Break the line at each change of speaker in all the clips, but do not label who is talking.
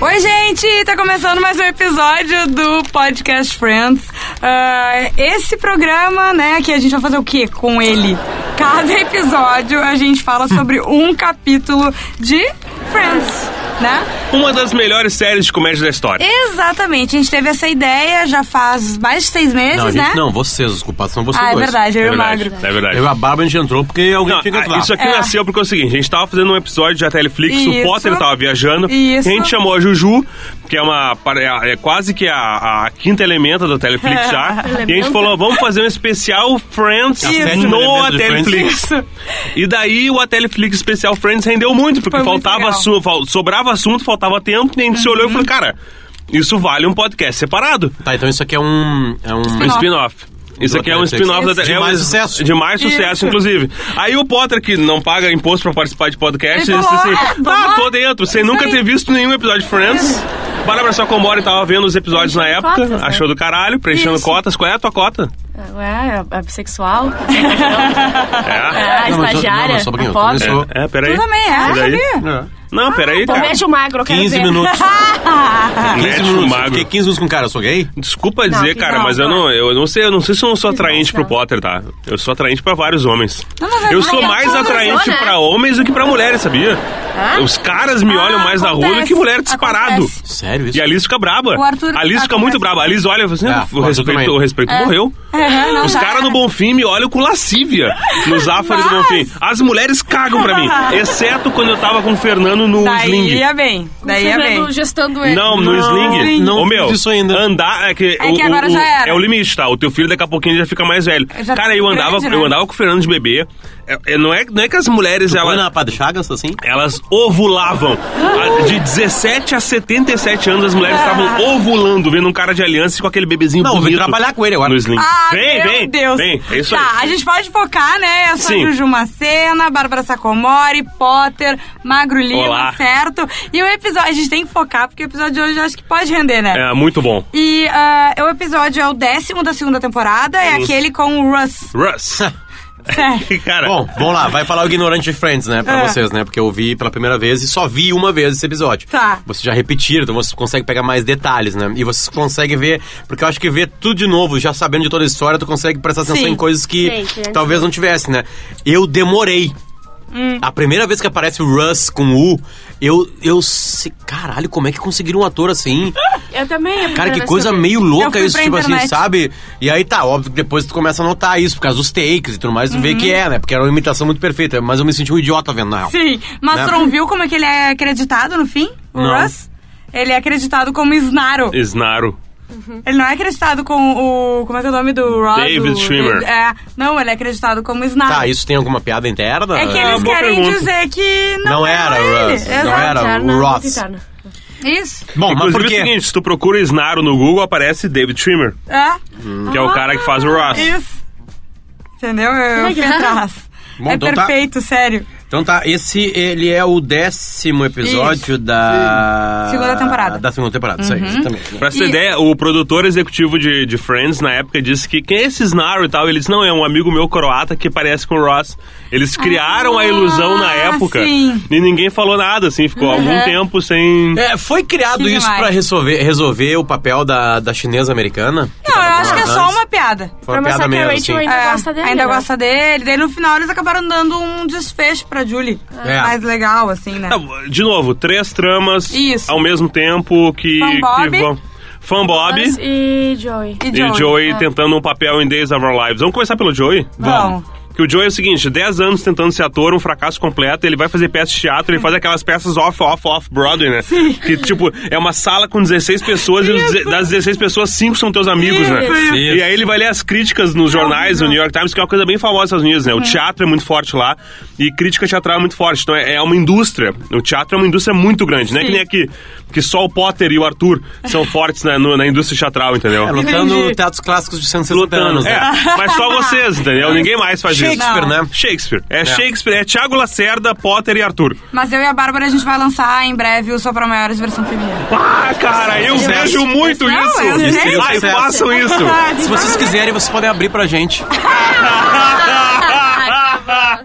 Oi, gente! Tá começando mais um episódio do Podcast Friends. Ah, esse programa, né, que a gente vai fazer o quê com ele? Cada episódio a gente fala sobre um capítulo de Friends, né?
Uma das melhores séries de comédia da história.
Exatamente, a gente teve essa ideia já faz mais de seis meses,
Não, a gente
né?
não, vocês, os culpados são vocês
Ah, é
dois.
verdade, eu e o
verdade,
Magro.
é verdade.
Eu e a Bárbara a gente entrou porque alguém
Não,
tinha que
ah,
entrar.
isso aqui
É.
nasceu porque é o seguinte, a gente tava fazendo um episódio de Teleflix,
Isso.
o Potter tava viajando,
Isso.
a gente chamou a Juju, que é uma é a- é quase que a, a quinta elementa do Teleflix já, e a gente
Elementa.
falou, vamos fazer um especial Friends
A sétima
no
elemento de
Teleflix.
Isso.
E daí o Teleflix especial Friends rendeu muito, porque
Foi muito
faltava
legal. Uhum.
assu- fal- sobrava assunto, faltava tempo, e a gente se olhou e falou, cara, isso vale um podcast separado.
Tá, então isso aqui é um. É um
Um spin-off. Isso
Do
aqui é um
Atlantic.
spin-off da
De
é um-
mais sucesso.
De mais sucesso,
Isso.
inclusive. Aí o Potter, que não paga imposto pra participar de podcast,
Ele
disse
falou,
assim:
"Ah, vamos
Ah,
lá."
tô dentro, sem
Isso
nunca
aí.
ter visto nenhum episódio de Friends.
É.
Bárbara Sacomori tava vendo os episódios na
Preenchendo
época,
cotas, né?
achou do caralho, preenchendo
Isso.
cotas. Qual é a tua cota?
Ué, é bissexual?
É.
É,
Não, mas eu-
estagiária?
não, mas só um pouquinho,
a
eu
pobre?
também sou.
É, peraí.
Tu também é,
E daí?
sabia? Ah,
Não, peraí,
Então
cara.
mete o magro, eu quero
15
ver.
minutos. 15
Mete o
minutos.
magro.
Fiquei 15 minutos com o cara, eu sou gay?
Desculpa
Não,
dizer,
que
cara,
não,
mas eu
não.
não, eu não sei, eu não sei se eu não sou atraente
não.
pro Potter, tá? Eu sou atraente pra vários homens.
Não, mas é
eu
verdade,
sou
eu
mais
sou
atraente
luzona.
pra homens do que pra mulheres, sabia?
Hã?
Os caras me olham
Ah,
mais na rua do que
acontece,
mulher disparado.
acontece.
Sério isso?
E a Alice fica braba.
O Arthur-
a Alice fica
acontece.
muito braba. A Alice olha e fala assim:
É,
"Ah, o,
o Arthur
respeito,
também.
o respeito morreu.
É, não
Os
tá.
caras no Bonfim me olham com lascívia nos Zafari do
Mas-
Bonfim. As mulheres cagam pra mim. Exceto quando eu tava com o Fernando no Sling.
Daí é bem, daí é bem.
Fernando gestando ele.
Não, no
Não,
sling.
não
Ô, meu,
fiz isso ainda.
andar é que,
É que
o-
agora
o-
já era.
É o limite, tá? O teu filho daqui a pouquinho já fica mais velho.
Já
Cara, eu
grande,
andava,
né?
eu andava com o Fernando de bebê. É- é- não, é, não é que as mulheres,
Ela...
elas,
na Padre Chagas, assim?
elas ovulavam. A- De 17 a 77 anos, as mulheres
Ah.
estavam ovulando, vendo um cara de aliança com aquele bebezinho
Não, eu vim
bonito.
trabalhar com ele agora.
No sling.
Ah,
vem,
meu
vem,
Deus.
vem. É isso
tá, a
aí.
gente pode focar, né? Eu sou
Sim.
a Juju Macena, Bárbara Sacomori, Potter, Magro Lima,
Olá.
certo? E o episódio, a gente tem que focar, porque o episódio de hoje eu acho que pode render, né?
É, muito bom.
E ah, o episódio é o décimo da segunda temporada, é aquele com o Russ. né?
Russ.
certo?
cara.
Bom, vamos lá, vai falar o ignorante de Friends, né? Pra
É.
vocês, né? Porque eu vi pela primeira vez e só vi uma vez esse episódio.
Tá.
Vocês já repetiram, então vocês conseguem pegar mais detalhes, né? E vocês conseguem ver, porque eu acho que ver tudo de novo, já sabendo de toda a história, tu consegue prestar atenção
Sim.
em coisas que
Sim, sim, antes-
talvez não tivesse, né? Eu demorei. A primeira vez que aparece o Russ com o U, eu. eu se- Caralho, como é que conseguiram um ator assim?
Eu também. é a
Cara,
primeira
que
vez
coisa
eu vi.
meio
Eu
louca
fui
isso,
pra
tipo assim,
internet.
sabe? E aí tá, óbvio que depois tu começa a notar isso por causa dos takes e tudo mais, tu vê que é, né? Porque era uma imitação muito perfeita, mas eu me senti um idiota vendo, na real.
Uhum. Sim. Mas
Né?
tu não viu como é que ele é acreditado no fim? O
Não.
Russ? Ele é acreditado como Snaro.
Snaro.
Ele não é acreditado com o. Como é que é o nome do Ross?
David
O-
Schwimmer.
É. Não, ele é acreditado como Snaro.
Tá, isso tem alguma piada interna?
É que
Ah,
eles
boa
querem
pergunta.
dizer que não, é
Não era o
ele.
Russ, não
Exato.
era
Interna,
o Ross.
interna.
Isso.
Bom, mas
Inclusive
por
é o
quê?
seguinte, se tu procura Snaro no Google, aparece David Trimmer,
É.
que é o cara que faz o Ross.
Isso. Entendeu? É Eu fui
Legal.
atrás.
Bom,
é
então tá.
perfeito, sério.
Então tá, esse ele é o décimo episódio da...
Sim. Segunda temporada. Uhum.
Da segunda temporada, isso aí, exatamente.
Pra essa
E-
ideia, o produtor executivo de, de Friends, na época, disse que quem é esse Snarl e tal? Ele disse, não, é um amigo meu croata que parece com o Ross. Eles criaram a ilusão na época
Ah, sim.
e ninguém falou nada, assim, ficou algum tempo sem...
É, foi criado
Que
isso
demais.
pra resolver, resolver o papel da, da chinesa americana?
Não, eu acho que é só uma piada.
Foi
Pra
uma piada
mostrar que a
mesmo,
Rachel
assim.
ainda
É,
gosta dele,
Ainda
né?
gosta dele. Daí no final eles acabaram dando um desfecho pra Julie.
É. Tá
Mais legal, assim, né?
Ah, De novo, três tramas
Isso.
ao mesmo tempo que...
Fanbob.
que vão- Fanbob
Ross e Joey.
e Joey, tentando um papel em Days of Our Lives. Vamos começar pelo Joey?
Vamos.
Que o Joey é o seguinte, 10 anos tentando ser ator, um fracasso completo, ele vai fazer peças de teatro, ele faz aquelas peças off, off, off Broadway, né? Que, tipo, é uma sala com 16 pessoas e os de- das 16 pessoas, 5 são teus amigos, né?
Isso.
E aí ele vai ler as críticas nos jornais, no New York Times, que é uma coisa bem famosa nos Estados Unidos, né? O teatro é muito forte lá e crítica teatral é muito forte. Então é, é uma indústria. O teatro é uma indústria muito grande, né? Que nem aqui, que só o Potter e o Arthur são fortes na, no- na indústria teatral, entendeu?
É, lutando
Entendi.
teatros clássicos de 160
Lutando.
anos, né?
É, mas só vocês, entendeu? Ninguém mais faz isso.
Shakespeare,
Não.
né?
Shakespeare. É, Shakespeare, é Tiago Lacerda, Potter e Arthur.
Mas eu e a Bárbara, a gente vai lançar em breve o Só Pra Maiores versão feminina.
Ah, cara, eu
Sucesso.
vejo muito
Não,
isso.
eu
vejo.
Ai,
Sucesso.
façam isso.
Se vocês quiserem, vocês podem abrir pra gente. Ah, Ah,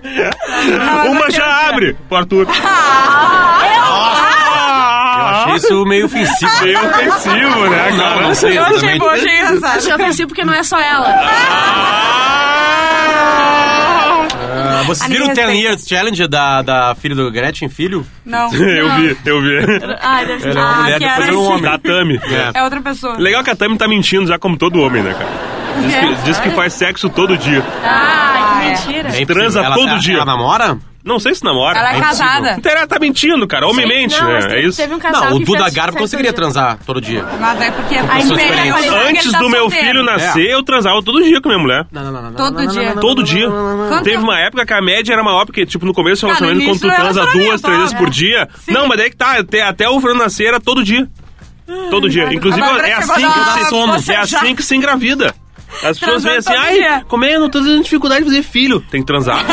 Uma já abre pro Arthur.
Eu achei isso meio ofensivo.
Meio Ah, ofensivo, né,
Não,
cara?
não sei.
Eu achei
exatamente.
bom, achei
Achei
engraçado.
ofensivo porque não é só ela.
Ah!
Ah, vocês viram o
Ninguém
10
respeita.
Years Challenge da, da filha do Gretchen, filho?
Não.
Eu vi, eu vi.
Ai, deve ser.
Era uma
Ah, que
mulher, depois
era
é
era um
esse.
homem.
Tatame.
É.
É outra pessoa.
Legal que a Tami tá mentindo já como todo homem, né, cara? Diz que, diz que faz sexo todo dia.
Ai,
Ah,
que mentira.
É
Transa
impossível. Ela-
todo
ela-
dia.
Ela namora?
Não sei se namora.
Ela é
impossível.
casada.
Ela tá mentindo, cara. Homem mente,
Não, mas
né? É
teve-
isso.
Teve um casal
Não, o
que
Duda
fez-
Garbo
fez
conseguiria
todo
transar todo dia.
Mas é porque a
pessoas diferentes.
Antes
tá
do meu
É.
filho nascer, eu transava todo dia com minha mulher.
Não, não, não, não,
Todo
não, não,
dia.
não, não,
Todo
não,
dia.
não, não, não, não.
Quanto- é?
Teve uma época que a média era maior, porque, tipo, no começo do
Cara, no
relacionamento, quando
início
tu
do
transa
relacionamento,
duas, três vezes
é.
por dia. Não, mas daí que tá, até, até o Fernando nascer era todo dia. Todo dia. Inclusive,
Hum, Agora
é
que
assim
chegou na
que se
sono.
É assim que se engravida. As pessoas
Transando
veem assim,
todo
ai,
dia."
como é, eu não tô tendo dificuldade de fazer filho. Tem que transar.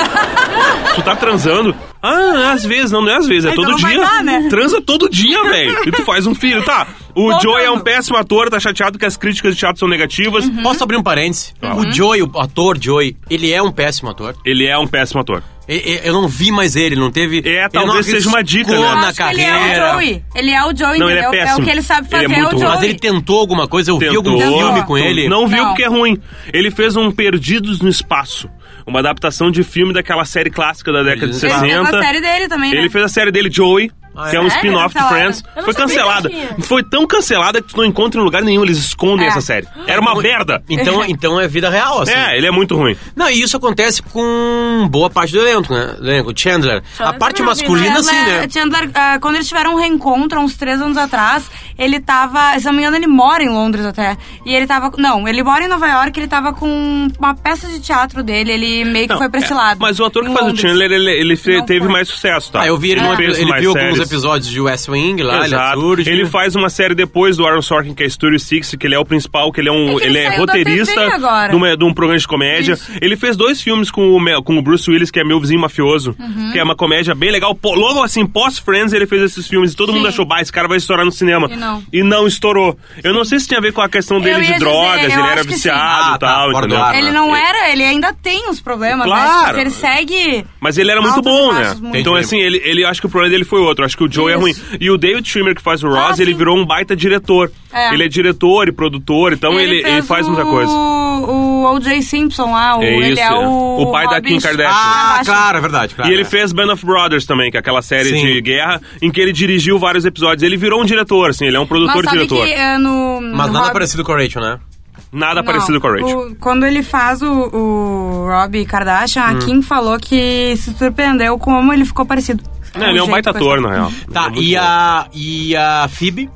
tu tá transando. Ah, às vezes, não, não é às vezes, é
Então
todo
não vai
dia.
dar, né?
Transa todo dia, velho. E tu faz um filho, tá? O
Voltando.
Joey é um péssimo ator, tá chateado que as críticas de teatro são negativas.
Uhum.
Posso abrir um parênteses? O Joey, o ator Joey, ele é um péssimo ator.
Ele é um péssimo ator.
E- e- Eu não vi mais ele, não teve.
É,
ele
talvez
não
seja uma dica,
arriscou
né?
na
Acho que ele é o
carreira.
Joey. Ele é o Joey,
Não, ele é
entendeu? é, o
péssimo.
que ele sabe
Ele é
fazer, é,
muito
o
ruim.
Joey.
Mas ele tentou alguma coisa, eu vi algum
Tentou.
filme
Tentou.
com ele.
Não viu
Não.
porque é ruim. Ele fez um Perdidos no Espaço. Uma adaptação de filme daquela série clássica da década de
Ele fez
Ele fez
60.
a série dele também, né?
Ele fez a série dele, Joey,
Ah, é?
que é um
É,
spin-off de
cancelaram.
Friends.
Eu
não
Foi
sabia
cancelada.
que tinha.
Foi tão cancelada que tu não encontra em lugar nenhum. Eles escondem
É.
essa série. Era uma merda.
Então, então é vida real, assim.
É, ele é muito ruim.
Não, e isso acontece com boa parte do elenco, né? Do elenco, Chandler. a
Chandler
parte
também,
masculina,
Chandler-
assim, né?
Chandler, ah, quando eles tiveram um reencontro, há uns três anos atrás, ele tava. Se não me engano, ele mora em Londres até. E ele tava. Não, ele mora em Nova York, ele tava com uma peça de teatro dele, ele meio que
Não,
foi pra esse
é,
lado.
Mas o ator que
em
faz o
Londres.
Chandler, ele, ele fe-
Não
teve
foi.
mais sucesso, tá?
Ah, eu vi ele,
Ele
numa-
fez
ele
mais
viu
séries.
alguns episódios de West Wing lá, ele é
Exato.
surge.
Ele faz uma série depois do Aaron Sorkin, que é Studio Six, que ele é o principal, que ele é um.
É que
ele
ele
é
saiu da TV
roteirista
agora.
de, uma- de um programa de comédia.
Isso.
Ele fez dois filmes com o, Mel- com o Bruce Willis, que é Meu Vizinho Mafioso,
Uhum.
que é uma comédia bem legal. Pô, logo assim, pós-Friends, ele fez esses filmes e todo mundo achou, bah, esse cara vai estourar no cinema.
E não.
estourou. Eu não sei se tinha a ver com a questão dele
Eu ia
de
dizer,
drogas,
eu
ele era
acho que sim.
viciado e
Ah, tá,
tal,
fora do
entendeu?
ar, né?
Ele não era, ele ainda tem os problemas,
é Claro.
né? Tipo, ele segue.
Mas ele era muito
Altos
bom,
e
né?
baixos, muito.
Então,
Entendi.
assim, ele, ele acho que o problema dele foi outro. Acho que o Joe é
Isso.
ruim. E o David Schwimmer, que faz o
Ah,
Ross, ele
sim.
virou um baita diretor.
É.
Ele é diretor e produtor, então ele, ele,
fez
faz muita
o-
coisa.
O O.J. Simpson lá, o,
É
ele
isso,
é
é.
o.
O pai da
Robin-
Kim Kardashian.
Ah,
Kardashian.
claro, é verdade, claro.
E ele
é.
fez Band of Brothers também, que é aquela série
Sim.
de guerra em que ele dirigiu vários episódios. Ele virou um diretor, assim, ele é um
Mas sabe
produtor-diretor.
que eh, no.
Mas
no
nada
Rob-
parecido com o Rachel, né?
Nada
Não,
parecido com a Rachel.
o- quando ele faz o, o Rob Kardashian,
Hum.
a Kim falou que se surpreendeu com como ele ficou parecido.
Não, ele é um
jeito
baita
com
ator,
essa-
na real. Ele
Tá,
é muito
e
bom.
a, e a Phoebe?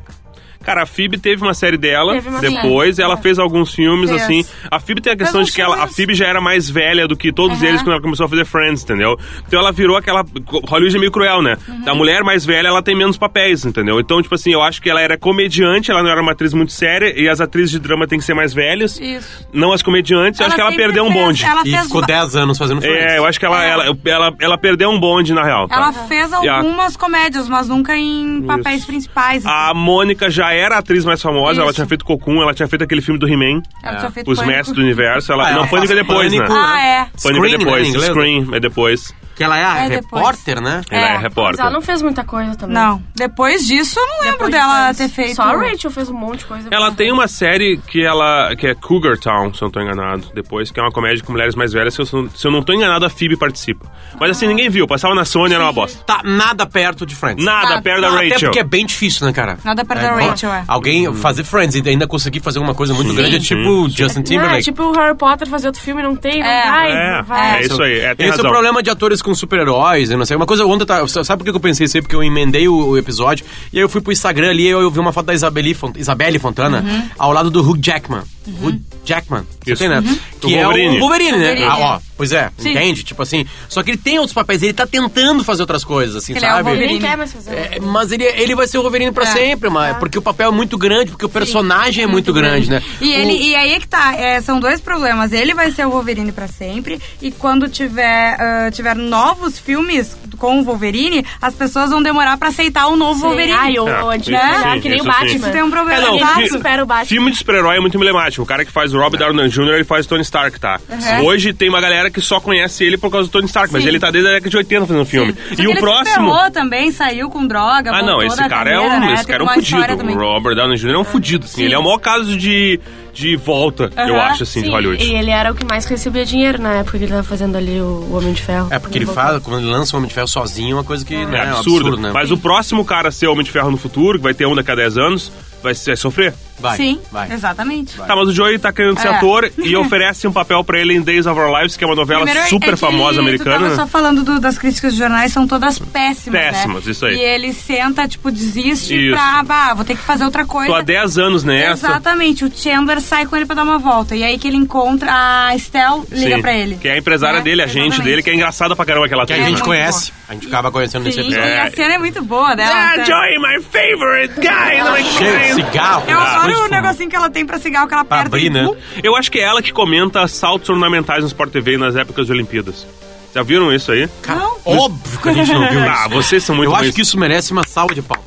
Cara, a Phoebe teve uma série dela
Teve uma
depois, ela fez alguns filmes,
Fez.
assim. A Phoebe tem a questão
Fez
de que ela, a
uns
Phoebe já era mais velha do que todos
Aham.
eles quando ela começou a fazer Friends, entendeu? Então ela virou aquela. Hollywood é meio cruel, né?
Uhum.
A mulher mais velha, ela tem menos papéis, entendeu? Então, tipo assim, eu acho que ela era comediante, ela não era uma atriz muito séria, e as atrizes de drama têm que ser mais velhas.
Isso.
Não as comediantes, eu acho que ela
sempre
perdeu um
fez-
bonde.
Ela
E
fez,
ficou 10 anos fazendo Friends.
É, eu acho que ela,
É.
ela, ela, ela perdeu um bonde, na real. tá?
ela fez
E a-
algumas comédias, mas nunca em papéis principais. assim.
A Mônica já era a atriz mais famosa,
Isso.
ela tinha feito Cocum, ela tinha feito aquele filme do He-Man.
Ela tinha feito
Os
Pânico.
Mestres do Universo. Ela,
É. Ah,
não,
ela
Pânico é
faz
depois,
Pânico,
né?
né?
Ah, é.
Pânico é
Scream,
depois.
né, em inglês?
Scream é depois.
Que ela é a
É, depois.
repórter, né?
É.
Ela é
Mas
repórter.
ela não fez muita coisa também.
Não, depois disso eu não lembro
Depois
dela
de
ter
Friends.
feito.
Só a Rachel fez um monte de coisa.
Ela tem uma série que ela que é Cougar Town, se eu não tô enganado, depois, que é uma comédia com mulheres mais velhas. Se eu, sou- se eu não tô enganado, a Phoebe participa. Mas
Ah.
assim, ninguém viu. Passava na Sony, era uma bosta.
Tá nada perto de Friends.
Nada,
Tá,
perto da
não,
Até
Rachel. Uhum.
porque é bem difícil, né, cara?
Nada perto
É,
da
bom,
Rachel, é.
Alguém fazer Friends e ainda conseguir fazer uma coisa muito grande é tipo Justin
Ah,
Timberlake.
é tipo o Harry Potter fazer outro filme, não tem, não
É.
vai,
É,
não vai.
é isso aí. É, tem
Esse é
razão.
o problema de atores com super-heróis, eu não sei. Uma coisa, ontem, tá, sabe por que eu pensei isso aí? Porque eu emendei o, o episódio, e aí eu fui pro Instagram ali e eu vi uma foto da Isabelle, Font- Isabelle Fontana,
Uhum.
ao lado do Hugh Jackman. Hugh Jackman, você
Isso.
tem, né?
Do
Que é
Wolverine.
o Wolverine, né?
Uhum. Wolverine.
Ah, ó, pois é,
Sim.
entende? Tipo assim, só que ele tem outros papéis, ele tá tentando fazer outras coisas, assim,
Ele é o
sabe?
Wolverine.
Ele nem quer mais fazer.
É, mas ele, ele vai ser o Wolverine pra
É.
sempre, mas, porque o papel é muito grande, porque o personagem é muito, grande, né?
E,
O-
ele, e aí é que tá, é, são dois problemas. Ele vai ser o Wolverine pra sempre, e quando tiver, ah, tiver novos filmes com o Wolverine, as pessoas vão demorar pra aceitar o novo
Sim.
Wolverine.
Ai, ou
É,
ou
isso
anti-herói,
sim,
que nem o
isso sim.
Batman.
Isso tem um problema.
É, não,
Exato.
fi-
supera o Batman.
Filme de super-herói é muito fantástico. O cara que faz o Robert Downey Jr., ele faz Tony Stark, tá? Hoje tem uma galera que só conhece ele por causa do Tony Stark, mas
Sim.
ele tá desde a década de 80 fazendo filme.
Só que
E
ele
o
se
próximo.
ferrou também, saiu com droga.
Ah, não,
voltou
esse
da
cara é
carreira,
um,
né?
esse
Tem
cara é um
uma história
fudido.
também.
O Robert Downey Jr. é um fudido, assim.
Sim.
Ele é o maior caso de, de volta, eu
Aham,
acho, assim, de
Sim,
Hollywood.
E ele era o que mais recebia dinheiro na época que ele tava fazendo ali o, o Homem de Ferro.
É, porque ele fala, quando ele lança o Homem de Ferro sozinho, é uma coisa que
É
né,
absurdo.
né?
Mas o próximo cara a ser Homem de Ferro no futuro, que vai ter um daqui a 10 anos, vai, se- vai sofrer.
Vai,
Sim,
vai.
exatamente.
Tá, mas o Joey tá querendo ser
É.
ator e oferece um papel pra ele em Days of Our Lives, que é uma novela
Primeiro, é
super
que
famosa
Tu
americana.
tava
né?
só falando do- das críticas dos jornais, são todas péssimas. né?
Péssimas, isso aí.
E ele senta, tipo, desiste
Isso.
pra, bah, vou ter que fazer outra coisa.
Tô há 10 anos nessa.
Exatamente, o Chandler sai com ele pra dar uma volta. E aí que ele encontra a Estelle, liga
Sim.
pra ele.
Que é a empresária
Né?
dele, a gente
Exatamente.
dele, que é engraçada pra caramba aquela
Que a
É
gente
muito
conhece. A gente acaba conhecendo nesse
Sim,
episódio.
e a cena é muito boa dela.
Ah,
sabe?
Joey, my favorite guy! não é
Cheiro de
que-
cigarro.
Ah,
Eu
cara, coisa
adoro o
de fumo.
negocinho que ela tem pra cigarro, que ela
Pra
aperta
abrir,
e
né?
pum.
Eu acho que é ela que comenta saltos ornamentais no Sport TV nas épocas de Olimpíadas. Já viram isso aí?
Cara,
Não.
óbvio que a gente não viu isso.
Ah, vocês são muito
Eu acho
ruins.
que isso merece uma salva de palmas.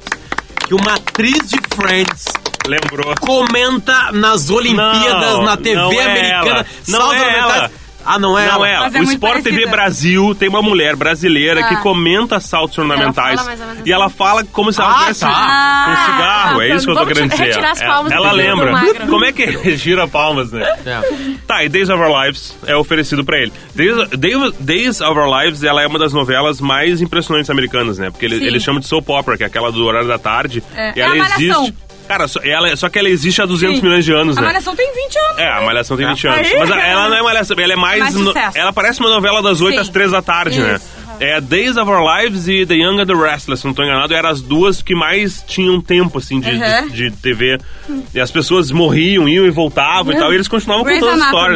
Que uma atriz de Friends
Lembrou.
comenta nas Olimpíadas,
Não,
na TV
não é
americana.
ela. Não
salvos
é
ornamentais.
ela.
Ah, não é
Não
ela.
é,
Mas é
o
muito
Sport TV
parecida.
Brasil tem uma mulher brasileira
Ah.
que comenta saltos ornamentais.
mais ou menos
e ela
assim.
fala como se
Ah,
ela tivesse
tá.
com cigarro,
Ah,
é
tá.
isso que eu tô
Vamos
querendo
tirar-
dizer. É.
retirar as palmas
ela
do
lembra.
magro.
Como é que gira palmas, né?
É.
Tá, e Days of Our Lives é oferecido pra ele. Days, Days- Days of Our Lives, ela é uma das novelas mais impressionantes americanas, né? Porque ele-
Sim.
eles chamam de soap opera, que é aquela do horário da tarde.
É.
E
É
ela
a Malhação.
existe... Cara, só, ela, é, só que ela existe há 200
Sim.
milhões de anos,
A
né?
Malhação tem 20 anos.
É, a Malhação tem 20 anos.
Tá. Aí.
Mas a- ela não é Malhação, ela é mais.
Mais
no-
sucesso.
ela parece uma novela das 8
Sim.
às 3 da tarde, né?
Isso.
É Days of Our Lives e The Young and the Restless, se não tô enganado, eram as duas que mais tinham tempo, assim, de,
Uhum.
de, de TV. E as pessoas morriam, iam e voltavam e tal, e eles continuavam
Grey's
contando as
Anatomy.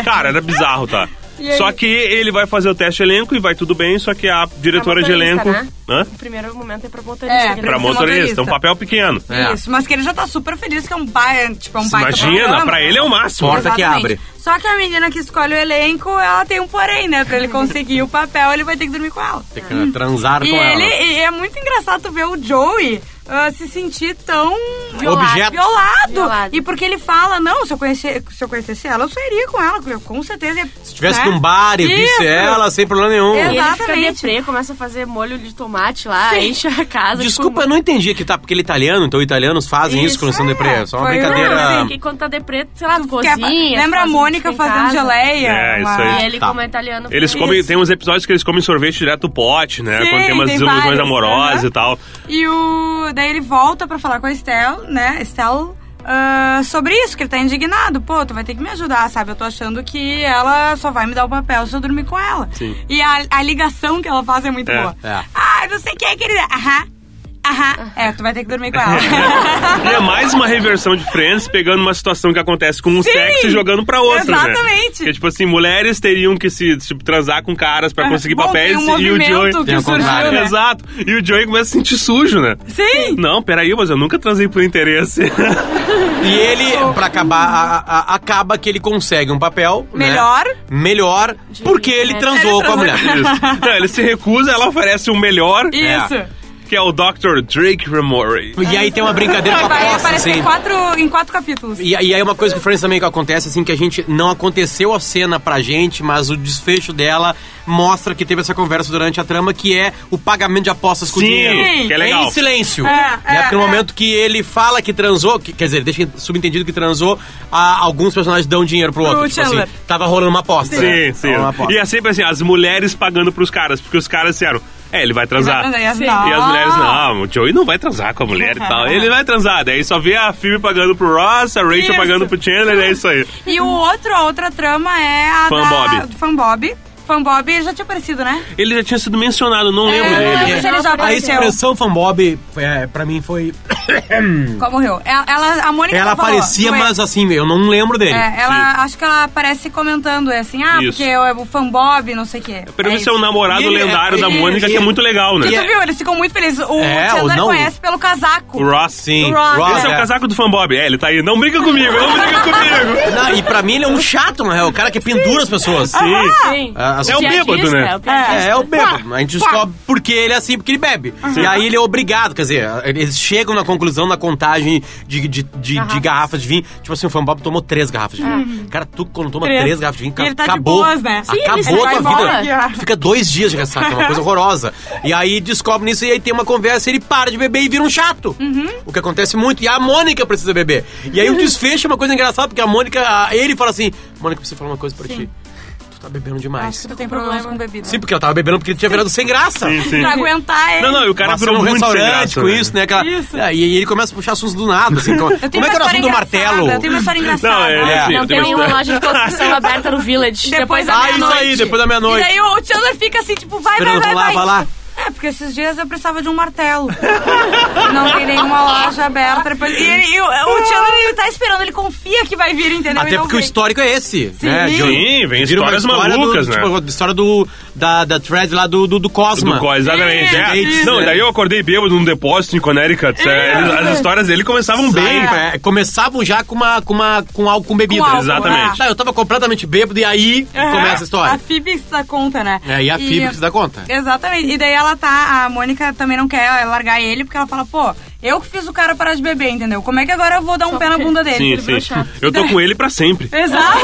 Cara, era bizarro, tá?
E aí?
Só que ele vai fazer o teste de elenco e vai tudo bem, só que a diretora de
motorista,
elenco.
né?
Hã?
O primeiro momento é pra
É,
motorista. que
Pra
ele
ser
vai-
motorista,
motorista.
um papel pequeno.
É.
Isso, mas que ele já tá super feliz que é um pai, tipo, é um pai
Imagina, pra ele é o máximo.
Porta que abre.
Só que a menina que escolhe o elenco, ela tem um porém, né? Pra ele conseguir o papel, ele vai ter que dormir com ela.
Tem que transar
E
com
ele,
ela.
e é muito engraçado tu ver o Joey ah, se sentir tão
Violado.
violado.
Violado.
E porque ele fala, não, se eu, conhecer, se eu conhecesse ela, eu sairia com ela, eu com certeza.
Se tivesse num bar e
né? Isso.
visse ela, sem problema nenhum.
Exato.
E ele fica
Exatamente.
deprê, começa a fazer molho de tomate lá, enche a casa.
Desculpa, eu
tipo,
não entendi que tá, porque ele é italiano, então italianos fazem isso,
Isso,
quando estão
é.
deprê. É só uma
Foi uma
brincadeira.
Não, assim, que quando tá deprê, sei lá,
Quer-
cozinha.
lembra a
faz um
Mônica
bife em
fazendo
casa.
geleia?
É, isso aí.
uma-
E ele,
Tá.
como é italiano,
Eles
faz
comem,
isso.
tem uns episódios que eles comem sorvete direto do pote, né?
Sim,
quando tem umas
tem
desilusões
vários,
amorosas
aham.
e tal.
E o. Daí ele volta pra falar com a Estelle, né? Estelle. ah, sobre isso, que ele tá indignado. Pô, tu vai ter que me ajudar, sabe? Eu tô achando que ela só vai me dar o papel se eu dormir com ela.
Sim.
E a, a ligação que ela faz é muito
É,
boa.
é.
Ah, não sei o que, querida. Aham. Aham. É, tu vai ter que dormir com ela.
E é mais uma reversão de Friends, pegando uma situação que acontece com um
Sim!
sexo e jogando pra outra, né?
Exatamente.
Porque, tipo assim, mulheres teriam que se tipo, transar com caras pra conseguir
Bom,
papéis
tem um
e o Joey...
movimento
Tem
que
ao contrário.
surgiu, né?
Exato. E o Joey começa a se sentir sujo, né?
Sim.
Não, peraí, mas eu nunca transei por interesse.
E ele, pra acabar, a- a- a- acaba que ele consegue um papel. né?
Melhor.
Melhor, porque ele
Ele
transou com a mulher.
Isso. Não, ele se recusa, ela oferece o melhor,
Isso.
que é o Dr. Drake Ramore.
E aí tem uma brincadeira com a
Vai
aposta,
aparecer
assim.
em quatro, em quatro capítulos.
E, e aí é uma coisa que Friends também que acontece, assim, que a gente não aconteceu a cena pra gente, mas o desfecho dela mostra que teve essa conversa durante a trama, que é o pagamento de apostas com
Sim,
dinheiro.
que é legal.
Em silêncio.
É,
né?
é,
Porque no
é.
momento que ele fala que transou, que- quer dizer, deixa subentendido que transou, a- alguns personagens dão dinheiro pro outro.
Pro
tipo assim,
Chandler.
tava rolando uma aposta. né?
Sim, sim.
Rolando Uma aposta.
E é sempre assim, as mulheres pagando pros caras, porque os caras disseram, é, ele vai transar.
Não,
E
não.
as mulheres, não, o Joey não vai transar com a mulher e tal. Ele vai transar. Daí só vê a Phoebe pagando pro Ross, a Rachel
Isso.
pagando pro Chandler, é isso aí.
E o outro, a outra trama é a
Fanbob.
da... do Fanbob. Fanbob já tinha aparecido, né?
Ele já tinha sido mencionado, não lembro
É.
dele.
Não, mas ele já
a
apareceu.
expressão fanbob, é, pra mim, foi...
Qual morreu? Ela, ela- a Mônica
Hum. Ela
falou,
aparecia,
do ex.
mas assim, eu não lembro dele.
É, ela, acho que ela aparece comentando, é assim, ah,
Isso.
porque eu, o Fanbob, não sei o quê.
Pelo
é
menos é
isso.
o namorado
Ele é-
lendário da
ele-
Mônica, que é
ele-
muito legal,
E
né?
tu viu, eles ficam muito felizes. O
É,
Chandler
o não-
conhece pelo casaco.
O Ross,
Sim.
Ross.
Ross,
Esse é o
é.
casaco do fanbob. É, ele tá aí. Não brinca comigo, não brinca comigo.
Não, e pra mim ele é um chato, na real. O cara que pendura as pessoas.
Sim.
Sim.
Ah, assim,
É o
Piadista,
bêbado, né?
é o piadista.
É, é o bêbado. A gente descobre porque ele é assim, porque ele bebe. E aí ele é obrigado, quer dizer, eles chegam na conclusão na contagem de, de, de- de garrafas.
Garrafas. Hum.
de vinho. Tipo assim, o Fambabo tomou três garrafas de vinho. Cara, tu quando toma três,
Três.
garrafas de vinho,
E
cara,
ele tá de
acabou.
boas, né? Sim, ele
acabou
vai
a tua
embora.
vida. Tu fica dois dias de ressaca, é uma coisa horrorosa. E aí descobre nisso e aí tem uma conversa, ele para de beber e vira um chato.
Uhum.
O que acontece muito. E a Mônica precisa beber. E aí o desfecho é uma coisa engraçada, porque a Mônica, a- ele fala assim: Mônica, preciso falar uma coisa pra ti. Tu tá bebendo demais.
Acho que tu tem problemas com bebida.
Sim, porque ela tava bebendo porque ele tinha virado sem graça.
Sim, sim.
Pra aguentar ele.
Não, não, e o cara
Mas
virou
num
muito sem
um restaurante
graça,
com
né?
isso, né? Aquela...
Isso.
É, E aí ele começa a puxar assuntos do nada, assim. Como,
Eu tenho
como é
uma
que era o assunto do
história engraçada,
martelo?
Eu tenho uma história engraçada.
Não, é, assim,
Não
eu tenho
tem
uma
uma
história-
loja de construção aberta no Village.
Depois
Depois
da
da
Ah, isso aí,
meia-noite.
depois da
E
meia-noite.
daí o Chandler fica assim, tipo, vai, vai,
Fernando,
vai,
vai lá,
vai.
é. vai lá.
É, porque esses dias eu precisava de um martelo. Não tem nenhuma loja aberta. Depois... E, ele- e o, o Chandler, ele tá esperando, ele confia que vai vir, entendeu? E
Até
não
porque o
vem.
histórico é esse. Sim,
Sim, vem histórias malucas, né?
Tipo, a história do, da, da thread lá do, do, do Cosma.
Do Coy, exatamente. é.
Gates,
Não,
né?
daí eu acordei bêbado num depósito em Connecticut. é, eles- as histórias dele começavam bem.
Aí, é, começavam já com, uma, com, uma, com álcool com bebida.
Com álcool,
Exatamente.
Tá, eu tava completamente bêbado e aí
Aham. Ah,
começa a história.
A Phoebe se dá conta, né?
É, e a Phoebe que se dá
É,
conta.
Exatamente. E daí ela tá. A Mônica também não quer eh, largar ele, porque ela fala, pô, eu que fiz o cara parar de beber, entendeu? Como é que agora eu vou dar um
Só
pé na
que-
bunda dele?
Sim,
Ele virou
sim.
chato.
Eu tô com ele pra sempre.
Exato.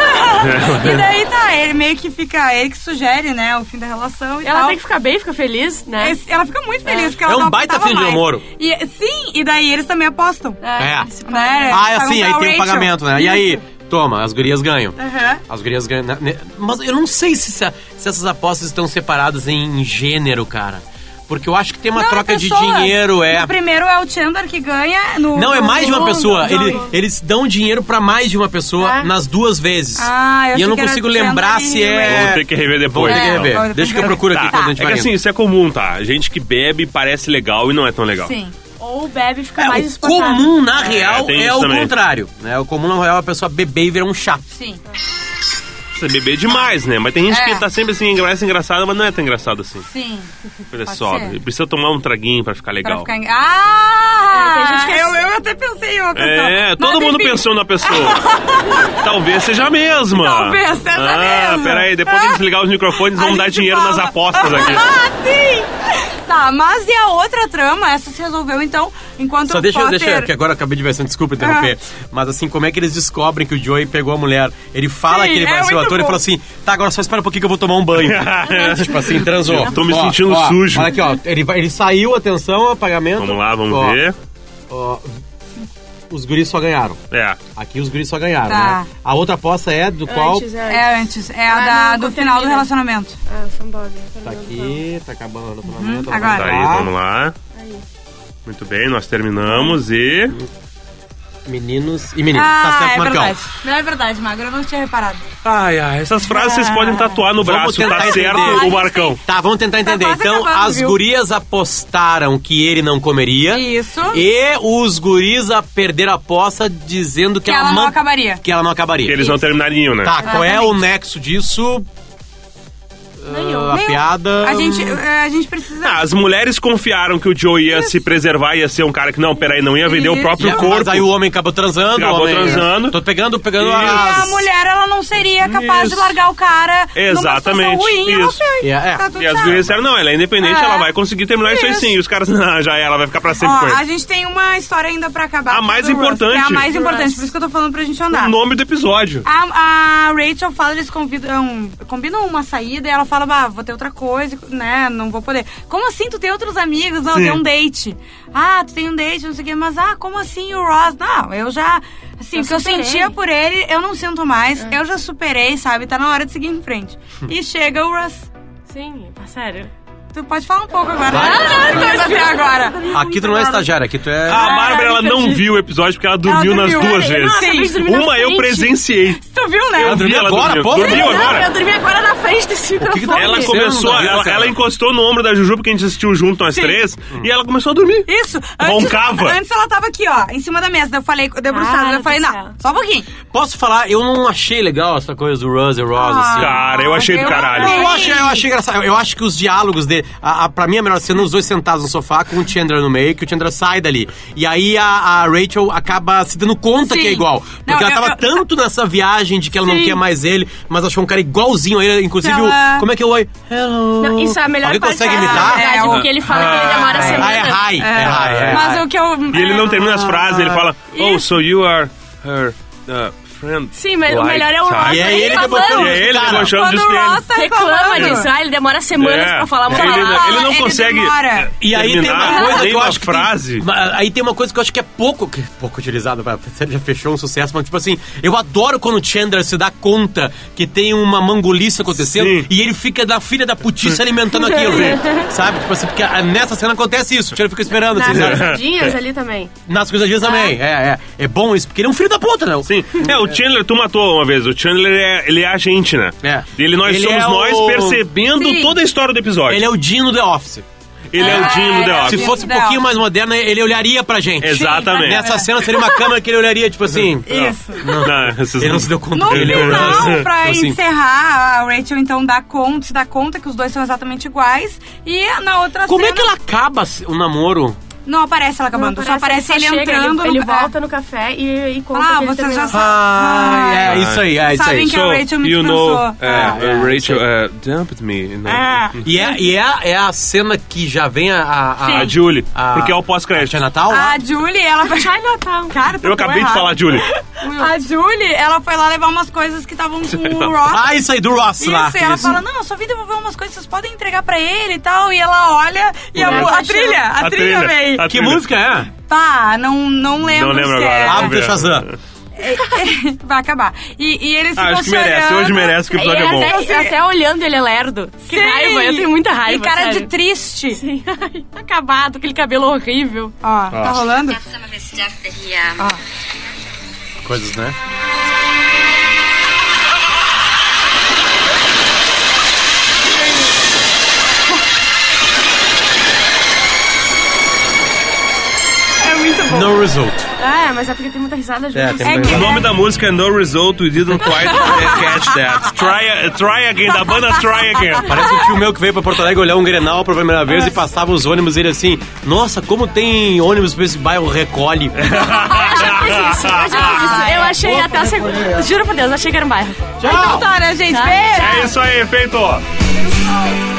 e daí tá, ele meio que fica, ele que sugere, né, o fim da É relação e
Ela
tal.
tem que ficar bem, fica feliz, né?
Esse- Ela fica muito feliz porque ela
É um
não
baita
aguentava
fim de
mais.
namoro.
E, sim, e daí eles também apostam.
É.
se fala.
Né?
Ah, é
Eles
assim, aí
pagam pra
tem o
Rachel.
pagamento, né? E aí, toma, as gurias ganham.
Aham.
As gurias ganham. né, né, Mas eu não sei se, essa- se essas apostas estão separadas em gênero, cara. Porque eu acho que tem uma
Não, é
troca de
pessoas.
dinheiro, é.
No primeiro é o Chandler que ganha. No,
Não, é
no
mais de uma
segundo,
pessoa.
no-
Ele- eles dão dinheiro pra mais de uma pessoa
É.
nas duas vezes.
Ah, eu
e eu
achei
não
que era né?
consigo
Chandler
lembrar
e
se
Eu Vou
é.
ter que rever
Vou
depois.
ter que
É,
rever.
vou ter
Deixa
que
que eu
rever.
procuro aqui
Tá.
quando a gente
É
vai
que
indo.
assim, isso é comum, tá? Gente que bebe parece legal e não é tão legal.
Sim.
Ou bebe e fica mais
É, o
espantado.
comum, na real,
tem
é,
isso
o
também.
contrário. Né? O comum, na real, é a pessoa beber e virar um chato.
Sim.
Você beber demais, né? Mas tem gente
É.
que tá sempre assim, parece engraçado, mas não é tão engraçado assim.
Sim.
Ele é
Pode
sóbrio.
ser.
Ele Precisa tomar um traguinho pra ficar
Pra
legal.
ficar... em- Ah!
É, tem gente que é-
eu, eu até pensei em uma pessoa.
É, todo
Mas,
mundo
enfim,
pensou na pessoa. Talvez seja a mesma.
Talvez seja a
Ah,
mesma.
peraí, depois de desligar os microfones,
a
vamos dar
gente
dinheiro
fala.
nas apostas aqui.
Ah, sim! Tá, mas e a outra trama? Essa se resolveu, então, enquanto
Só
o
deixa, eu-
Potter... Ah.
deixa eu, que agora eu acabei de ver, assim, desculpa interromper. Mas assim, como é que eles descobrem que o Joey pegou a mulher? Ele fala
Sim,
que ele vai
é
ser o
muito
ator e
bom.
fala assim: tá, agora só espera um pouquinho que eu vou tomar um banho. tipo assim, transou.
Eu tô me
Ó,
sentindo
ó,
sujo.
Olha aqui, ó. Ele, vai- ele saiu, atenção, pagamento.
Vamos lá, vamos
Ó,
ver.
ó, os guris só ganharam.
É.
Aqui os guris só ganharam,
Tá.
né? A outra aposta é do qual.
Antes,
É antes, é a
Ah,
da-
não,
do
quando
final do
termina.
relacionamento.
Ah, Fambog.
Tá aqui, tá acabando o
Uhum,
pagamento. ela
agora.
Tá
vai
aí,
lá.
vamos lá. Muito bem, nós terminamos e.
Meninos e meninas.
Ah,
tá certo,
é
Marcão.
verdade. Não é verdade, Magro, eu não tinha reparado.
Ai, ai, essas frases vocês podem tatuar no
Vamos
braço,
tentar
tá
entender.
certo,
Ai,
o Marcão?
Tá, vamos tentar entender.
quase
então,
acabando,
as
viu?
gurias apostaram que ele não comeria.
Isso.
E os guris a perderam a aposta dizendo que,
Que ela
man-
não acabaria.
Que ela não
Que
acabaria.
eles não terminariam, né?
Tá, qual é o nexo disso? Ah, a
Nenhum.
piada. Um
A gente, é, a gente precisa...
Ah, As mulheres confiaram que o Joe ia se preservar, ia ser um cara que não, peraí, não ia vender o
Isso.
próprio
E-
corpo.
Mas aí o homem acabou transando.
Acabou
o homem...
transando.
Tô pegando, pegando
Isso.
A
as...
mulher, ela não seria capaz de
Isso.
largar o cara
Exatamente,
numa situação ruim, eu não
isso.
sei.
E a- é.
Tá tudo
E as
certo.
gurias disseram, não, ela é independente,
É.
ela vai conseguir terminar isso aí
Isso.
sim. E os caras, não, já é, ela vai ficar pra sempre
Ó,
com
a
ele.
gente tem uma história ainda pra acabar.
A
aqui
mais
do Ross,
importante.
que É a mais
Do
importante,
Ross.
por isso que eu tô falando pra gente andar.
O nome do episódio.
A, a Rachel fala, eles convidam, combinam uma saída e ela fala, bah, vou ter outra coisa, né? Não vou poder. Como assim? Tu tem outros amigos? Não, eu
Sim.
tenho um date. Ah, tu tem um date, não sei o quê. Mas, ah, como assim o Ross? Não, eu já. Assim,
Eu
o que eu
superei. É.
sentia por ele, eu não sinto mais. Eu já superei, sabe? Tá na hora de seguir em frente. e chega o Ross.
Sim, tá sério.
Tu pode falar um pouco agora. Ah, não, tô até agora.
Aqui tu não é estagiário, aqui tu é...
A Bárbara, ela
me
não
perdi.
viu o episódio porque ela dormiu nas
dormiu,
duas
eu não
vezes.
acabei de
dormir na
Uma eu
frente.
presenciei.
Tu viu, né?
Eu vi
dormiu
ela
agora,
dormiu.
pô?
Dormiu
Não, eu
agora?
dormi agora na frente desse
que que tá
microfone.
Ela
Você
começou,
não dormiu,
ela,
cara?
ela encostou no ombro da Juju porque a gente assistiu junto nós três e ela começou a dormir.
Isso.
Roncava.
Antes, antes ela tava aqui, ó, em cima da mesa. Daí Eu falei, debruçada.
Ah,
daí eu falei,
meu
não,
Deus.
só um pouquinho.
Ah, Posso falar, eu não achei legal essa coisa do Rose e Rose, assim.
Ah.
Ah, Cara, eu achei do
eu
caralho.
amei.
Eu acho, eu achei engraçado. Eu, eu acho que os diálogos dele. ele. A, a, pra mim, a melhor cena, os dois sentados no sofá com o Chandra no meio, que o Chandra sai dali. E aí a, a Rachel acaba se dando conta
Sim.
que é igual. Porque
Não,
ela
eu-
tava
eu-
tanto nessa viagem de que ela não
Sim.
quer mais ele, mas achou um cara igualzinho a ele. Inclusive,
Ela-
o, como é que é o oi? Hello.
Não, isso é a melhor
Alguém
parte
consegue
da
imitar?
verdade,
É, o-
porque ele fala que ele demora
Ah, é.
Ah, é
semanas.
high. É, high, é
Mas
high.
o que eu. é,
E ele não termina as frases, ele fala, oh,
Isso.
so you are her uh, friend.
Sim, mas o
like
melhor é o
that."
Ross.
E é ele
Ele
debochando.
E é ele
Cara,
debochando
Quando
disso
o Ross
dele.
tá
Reclama
reclamando.
disso. Ah, ele demora semanas
É.
pra falar uma
ele,
palavra.
ele não
Ele
consegue é,
demora.
E aí tem
terminar
uma coisa
nem
que eu
uma
acho que
frase.
Tem, Ma- aí tem uma coisa que eu acho que é pouco, que é pouco utilizada, vai, a série já fechou um sucesso, mas tipo assim, eu adoro quando o Chandra se dá conta que tem uma mangolice acontecendo
Sim.
e ele fica da filha da putice alimentando aquilo. sabe? Tipo assim, porque ah, nessa cena acontece isso, o Chandra fica esperando, assim,
Nas
sabe?
risadinhas ali também.
Nas coisas dias também. É, é. É bom isso, porque ele é um filho da puta, né?
Sim. É, o Chandler, tu matou uma vez. O Chandler, é, ele é a gente, né?
É.
Ele, nós
Ele
somos
é o-
nós percebendo
Sim.
toda a história do episódio.
Ele é o Dino The Office.
Ele é o Dino do The
Ah,
Office.
Se
Dino
fosse um
The
pouquinho
Office.
mais moderno, ele olharia pra gente.
Exatamente.
Nessa cena seria uma câmera que ele olharia, tipo assim.
Isso.
Não, vocês
Ele
não-
não se deu conta.
No
ele olhou.
final, pra
Tipo
Assim.
encerrar, a Rachel então dá conta, se dá conta que os dois são exatamente iguais. E na outra
Como
cena.
é que ela acaba se- o namoro?
Não aparece ela acabando, só aparece ele
chega,
entrando
Ele,
no
ele volta no café e, e conta
Ah,
que ele
vocês já
terminou.
sabem. Ah,
é isso aí, é isso
Sabem
aí.
que a Rachel me
you know,
dispensou.
uh,
Ah.
uh, Rachel uh, dumped me. you know.
Ah.
E, é, e é, é a cena que já vem a. a, a
A Julie,
a-
porque é o pós-crédito.
Tia Natal? lá?
A Julie, ela foi.
Natal.
Cara, tá
Eu acabei de falar, Julie.
A Julie, ela foi lá levar umas coisas que estavam com o Ross.
Ah, isso aí, do Ross
Isso, e
lá.
assim, ela fala, não, eu só vim devolver umas coisas, vocês podem entregar pra ele e tal. E ela olha e a,
Hum.
mu- a trilha, a,
é?
trilha,
A trilha,
vem.
a-
Que música é?
Tá, não, não lembro.
Não lembro
se
agora.
é-
Vamos
Ah, do
ver.
Shazam.
Vai acabar. E, e eles
Ah,
ficam
acho que merece,
chorando.
hoje merece, que o
E
episódio é bom.
até, até olhando ele é lerdo. Que
Sim.
raiva, eu tenho muita raiva.
E cara
sério.
de triste.
Sim. Ai, Acabado, aquele cabelo horrível.
Ó, tá rolando?
That's some of his stuff that he um,
Coisas, né?
É muito bom.
No result.
Ah, mas é porque tem muita risada junto.
É, tem
É
muita-
O
que-
nome da música é No Result, We Didn't Quite Catch That. Try, uh, try Again, da banda Try Again.
Parece um tio meu que veio pra Porto Alegre olhar um Grenal pela primeira vez e passava os ônibus e ele assim, nossa, como tem ônibus pra esse bairro recolhe.
Eu já fiz isso, tipo assim, eu já fiz isso. Eu achei até o segundo. Juro por Deus, achei que era um bairro.
Então tá, né, gente? Beijo!
É isso aí, feito!
oh,